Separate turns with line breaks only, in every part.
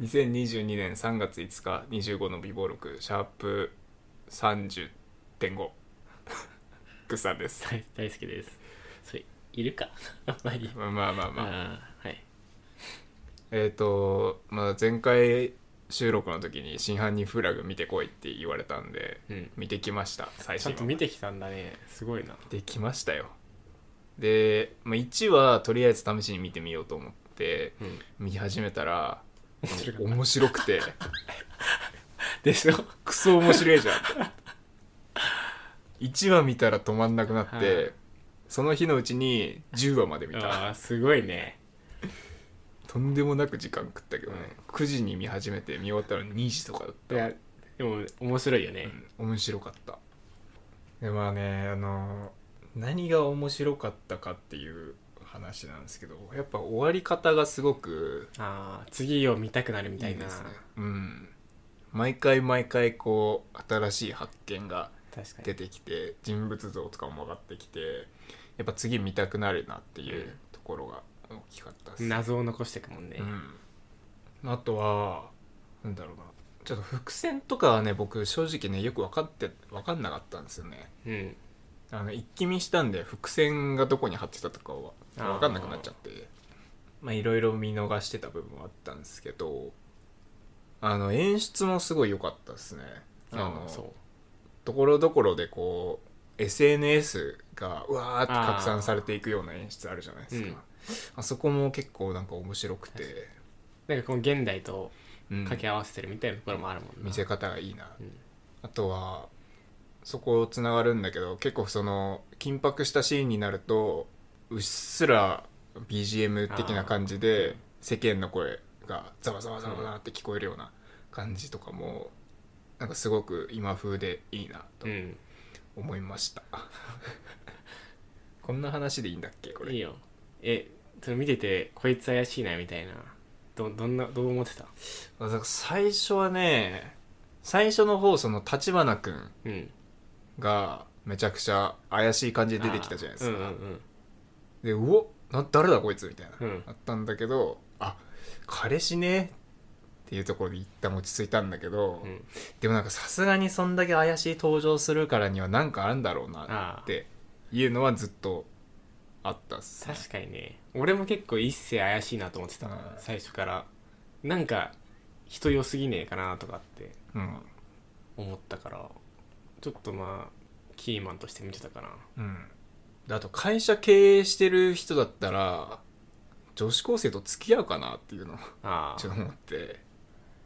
2022年3月5日25の美貌録シャープ30.5 グッさんです
大 大好きですそれいるか あんまり
まあまあまあまあ
あーはい
えっ、と、まあ、前回収録の時に「真犯人フラグ見てこい」って言われたんで
うん
見てきました最
ち
新
ゃんと
話
見
見
てきたんだねすごいな
てきましたよで、まあ、1はとりあえず試しに見てみようと思って
うん
見始めたら
面白かった
面白くて
でしょ
クソ面白い じゃん1話見たら止まんなくなって、
はい
その日のうちに10話まで見
あ
た
あすごいね
とんでもなく時間食ったけどね、
う
9時に見始めて見終わったら2時とかだった
いやでも面白いよね、
うん面白かったでまあねあの何が面白かったかっていう話なんですけどやっぱ終わり方がすごく
ああ次を見たくなるみたいな
ですねうん毎回毎回こう新しい発見が
確か
出
に
てきて人物像とかも上がってきてやっぱ次見たくなるなっていうところが大きかったです、
謎を残していくもんね、
うん、あとはなんだろうなちょっと伏線とかはね僕正直ねよく分かって分かんなかったんですよね
うん
あの一気見したんで伏線がどこに貼ってたとかは
あー
分かんなくなっちゃってまあいろいろ見逃してた部分はあったんですけどあの演出もすごい良かったですねあ
あ
の
あそう
ところどころでこう SNS がうわーって拡散されていくような演出あるじゃないですか
うん
あ,、そこも結構なんか面白くて、
なんかこの現代と
うん
掛け合わせてるみたいなところもあるもんな、
見せ方がいいな、
うん
あとはそこつながるんだけど結構その緊迫したシーンになるとうっすら BGM 的な感じ
あーう
で
ん
世間の声がざわざわざわざわって聞こえるような感じとかもなんかすごく今風でいいなと
うん
思いました、 こんな話でいいんだっけこれ
いいよえそれ見ててこいつ怪しいなみたいなどどんなどう思ってた
だから最初はね最初の方その立花くん
うん
がめちゃくちゃ怪しい感じで出てきたじゃないですか、
うんうん
でうおな誰だこいつみたいな、
うん
あったんだけどあ彼氏ねっていうところで一旦落ち着いたんだけど、
うん、うん、
でもなんかさすがにそんだけ怪しい登場するからにはなんかあるんだろうなっていうのはずっとあったっすね
確かにね俺も結構一世怪しいなと思ってた
うん
最初からなんか人良すぎねえかなとかって
うん
思ったからちょっとまあキーマンとして見てたかな
うんであと会社経営してる人だったら女子高生と付き合うかなっていうのを
あ
ちょっ
あ
と思って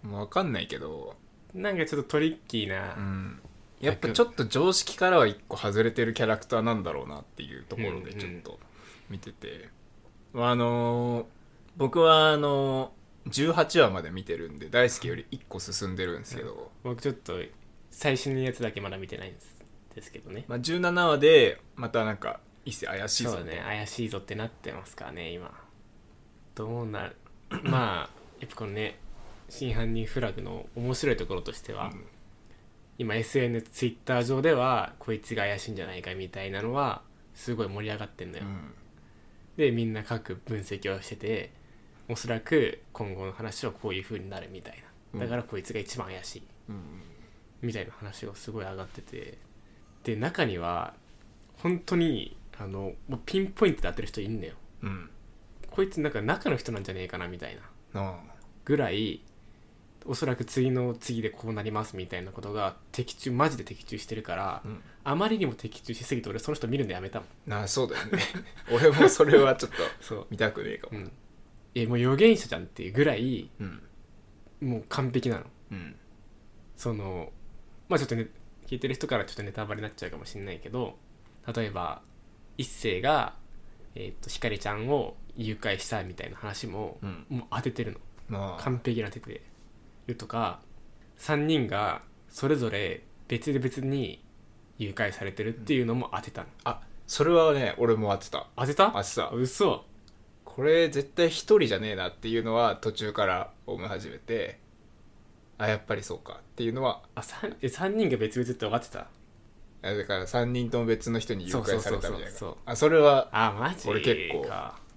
分かんないけど
なんかちょっとトリッキーな、
うんやっぱちょっと常識からは一個外れてるキャラクターなんだろうなっていうところでちょっと見てて、まああのー僕はあのー18話まで見てるんで大好きより1個進んでるんですけど、
僕ちょっと最新のやつだけまだ見てないんですですけどね
まあ、17話でまたなんか一世怪しい
そう
ぞ
だ
みたい
ね
な
怪しいぞってなってますからね今どうなるまあやっぱこのね真犯人フラグの面白いところとしては、
うん
今 SNS ツイッター上ではこいつが怪しいんじゃないかみたいなのはすごい盛り上がってんのよ、
うん
でみんな各分析をしてておそらく今後の話はこういう風になるみたいなだからこいつが一番怪しい
うん
みたいな話がすごい上がっててで中には本当にあのもうピンポイントで当てる人いんのよ
うん
こいつなんか中の人なんじゃねえかなみたいな
なあ
ぐらいおそらく次の次でこうなりますみたいなことが的中マジで的中してるから、
うん
あまりにも的中しすぎて俺その人見るのやめたもん
なあそうだよね 俺もそれはちょっと
そう
見たくねえか
う
も
んいやもう予言者じゃんっていうぐらい
うん
もう完璧なの
うん
そのまあちょっとね聞いてる人からちょっとネタバレになっちゃうかもしれないけど例えば一星が、えー、とひかりちゃんを誘拐したみたいな話も、
うん
もう当ててるの
なあ
完璧な手でるとか3人がそれぞれ別で別に誘拐されてるっていうのも当てたの、
あそれはね俺も当てた
当てた
当てた
嘘
これ絶対一人じゃねえなっていうのは途中から思い始めてあやっぱりそうかっていうのは
あ三え3人が別々って分かってた
あだから3人とも別の人に誘拐されたみたい
そうそうそうそ
な
う
あそれは
あマジか
俺結構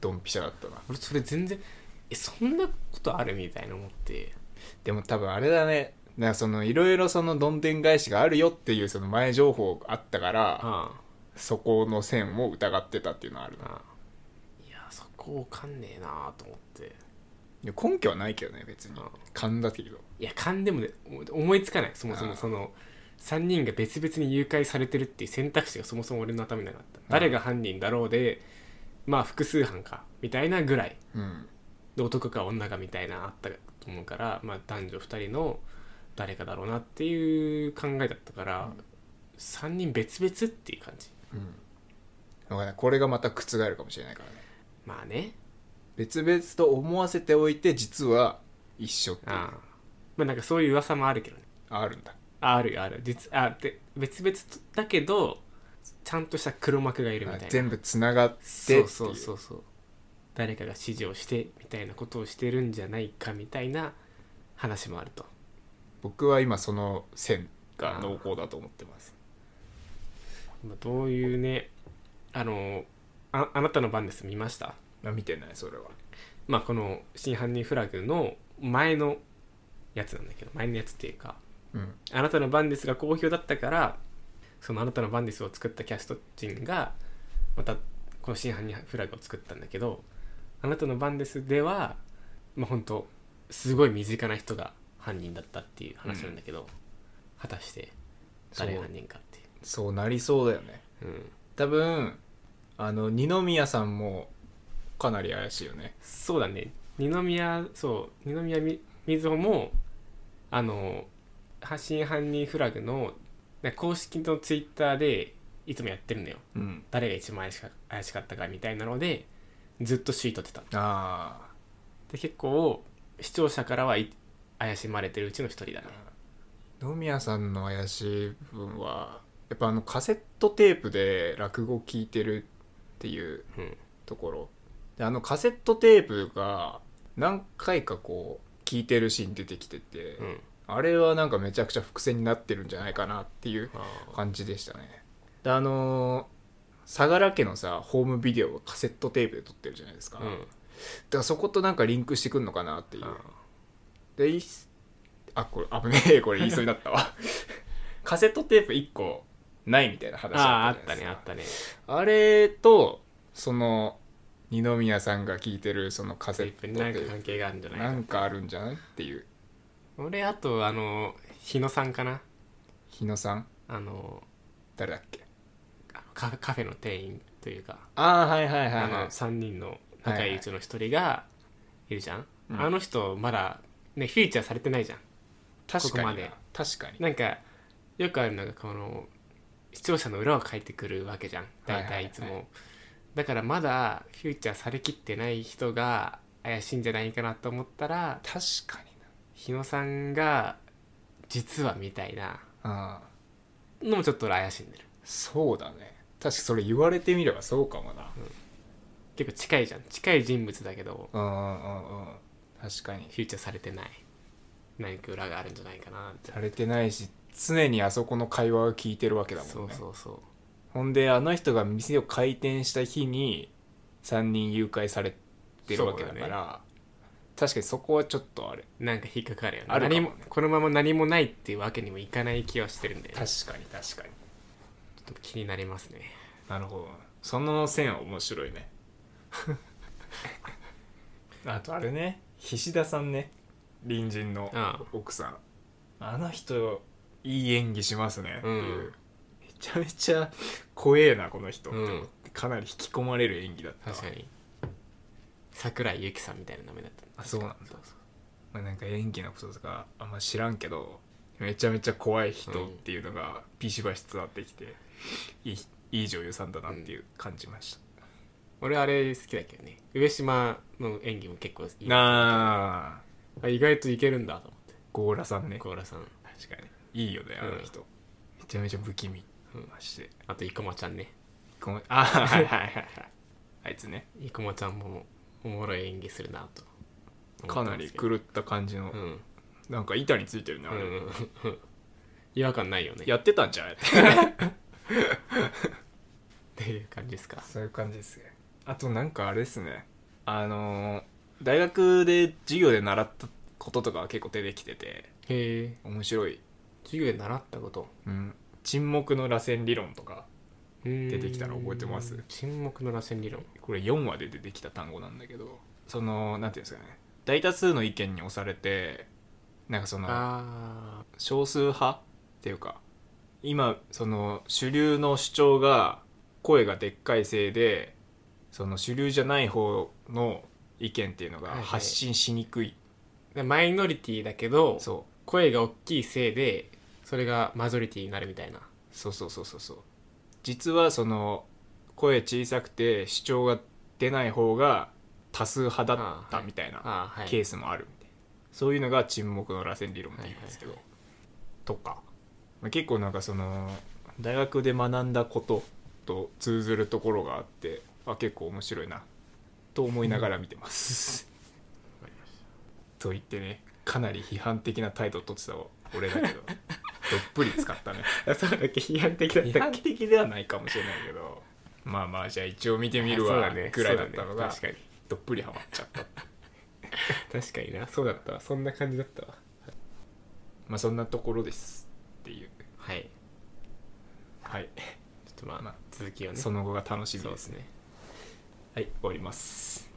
ドンピシャだったな
俺それ全然えそんなことあるみたいな思って
でも多分あれだねなんかそのいろいろそのどんでん返しがあるよっていうその前情報があったから
あ
そこの線を疑ってたっていうのはある
あ
な
ああいやそこわかんねえなと思って
いや根拠はないけどね別に
ああ
勘だけど
いや勘でもねお思いつかないそもそ
あ
も
あ
その3人が別々に誘拐されてるっていう選択肢がそもそも俺の頭になかった
あ
誰が犯人だろうでまあ複数犯かみたいなぐらい
うん
で男か女かみたいなあったと思うから、まあ、男女2人の誰かだろうなっていう考えだったから、3人別々っていう感じ
うんだからねこれがまた覆るかもしれないからね
まあね
別々と思わせておいて実は一緒っていう
ああまあなんかそういう噂もあるけどね
あるんだ
ああるよある実あで別々とだけどちゃんとした黒幕がいるみたいな
あ全部つながってってい
そうそうそうそう誰かが指示をしてみたいなことをしてるんじゃないかみたいな話もあると
僕は今その線が濃厚だと思ってます
まあどういうねあのああなたの番です見ました
あ見てないそれは
まあこの「真犯人フラグ」の前のやつなんだけど前のやつっていうか
うん
「あなたの番です」が好評だったからその「あなたの番です」を作ったキャスト陣がまたこの「真犯人フラグ」を作ったんだけど「あなたの番です」ではまあ本当すごい身近な人が犯人だったっていう話なんだけど、果たして誰が犯人かってい
そうなりそうだよね
ううん
多分あの二宮さんもかなり怪しいよね
そうだね二宮そう二宮み瑞穂もあの発信犯人フラグのなんか公式のツイッターでいつもやってるのよ
うん
誰が一番怪しか怪しかったかみたいなのでずっと首位取ってたの
あ
で結構視聴者からはい怪しまれてるうちの一人だね
あ二宮さんの怪しい部分はやっぱあのカセットテープで落語聞いてるっていう
うん
ところであのカセットテープが何回かこう聞いてるシーン出てきてて、
うん
あれはなんかめちゃくちゃ伏線になってるんじゃないかなっていう
あー
感じでしたねであのー相良家のさホームビデオをカセットテープで撮ってるじゃないですか、
う
だか
ん
らそことなんかリンクしてくんのかなっていう
あー
でいっあこれ危ねえこれ言いそうになった わカセットテープ1個ないみたいな話
あーあ
じ
っ
ゃな
た
いです
ね
か
あ
あ
ったね
れとその二宮さんが聞いてるそのカセッ
スリッ
ト
プ
テ
になんか
ー
関係があるんじゃ
プ
ない
な
か
んかあるんじゃないっていう
俺あとあの日野さんかな
日野さん
あの
誰だっけ
あのカカフェの店員というか
ああはいはいはい
あ
は
の
い
3人の仲いいうちの1人がいるじゃ
う
ん、
ん
あの人まだねフィーチャーされてないじゃん
確
ここ
か
ま
に
で
な確かに
なんかよくあるのがこの視聴者の裏を書いてくるわけじゃん
は
大
いはい
体
はい
いつも、だからまだフューチャーされきってない人が怪しいんじゃないかなと思ったら
確かにな
日野さんが実はみたいな
ああ
のもちょっと俺怪しんでる
そうだね確かそれ言われてみればそうかもな
結構近いじゃん近い人物だけど
うんうんうんうん確かに
フューチャーされてない何か裏があるんじゃないかなって
されてないし常にあそこの会話を聞いてるわけだもんね
そうそうそう
ほんであの人が店を開店した日に3人誘拐されてるわけだか
そう
ら確かにそこはちょっとあれ
なんか引っかかるよね
あるかもね
何もこのまま何もないっていうわけにもいかない気はしてるんでちょっ
確かに確かに
と気になりますね
なるほどその線は面白いね あとあれね菱田さんね隣人の
ああ
奥さんあの人いい演技しますねっていう、
うん
めちゃめちゃ怖えなこの人って思って、
うん
かなり引き込まれる演技だったわ
確かに桜井由紀さんみたいな名前だった
あそうなんだ
そうそう
まあ、なんか演技のこととかあんま知らんけどめちゃめちゃ怖い人っていうのがビシバシ伝わってきて、いいいい女優さんだなっていう感じました、
俺あれ好きだけどね上島の演技も結構いい
なあ
あ意外といけるんだと思って
強羅さんね
小浦さん
確かにいいよねあの人、めちゃめちゃ不気味
うん
まして
あと生駒ちゃんね
ごめんあはいはいはい はいあいつね
生駒ちゃんもおもろい演技するなと
かなり狂った感じの、
うん、うん
なんか板についてるねあ
う
れ、
ん、違和感ないよね
やってたんじゃない
っていう感じですか
そういう感じですねあとなんかあれですねあのー大学で授業で習ったこととかは結構出てきてて
へえ
面白い、
授業で習ったこと
うん、沈黙の螺旋理論とか
出
てきたら覚えてます
沈黙の螺旋理論
これ4話で出てきた単語なんだけどそのなんていうんですかね大多数の意見に押されてなんかその
あ
少数派っていうか今その主流の主張が声がでっかいせいでその主流じゃない方の意見っていうのが
はいはい
発信しにくい、
あマイノリティだけど
そう
声が大きいせいでそれがマジョリティになるみたいな
そうそうそうそうそう実はその声小さくて主張が出ない方が多数派だっ
あ
た
はい
みたいな
ああはい
ケース もあるみたいなそういうのが沈黙の螺旋理論っていうんですけど、
はい
とかまあ結構なんかその大学で学んだことと通ずるところがあってあ結構面白いなと思いながら見てます。と言ってねかなり批判的な態度を取ってた俺だけどど っぷり使ったね。
そうだっけ批判的だ
批判的ではないかもしれないけどまあまあじゃあ一応見てみる
そう
わ
だね
ぐらいだったのが
そうだね
どっぷりハマっちゃったっていう
確かに確かになそうだったわそんな感じだったわ
まあそんなところですっていう
はい
はい
ちょっとまあ、
まあ
続きをね
その後が楽しみ
そ
で
うですす
ね
ね
はい終わります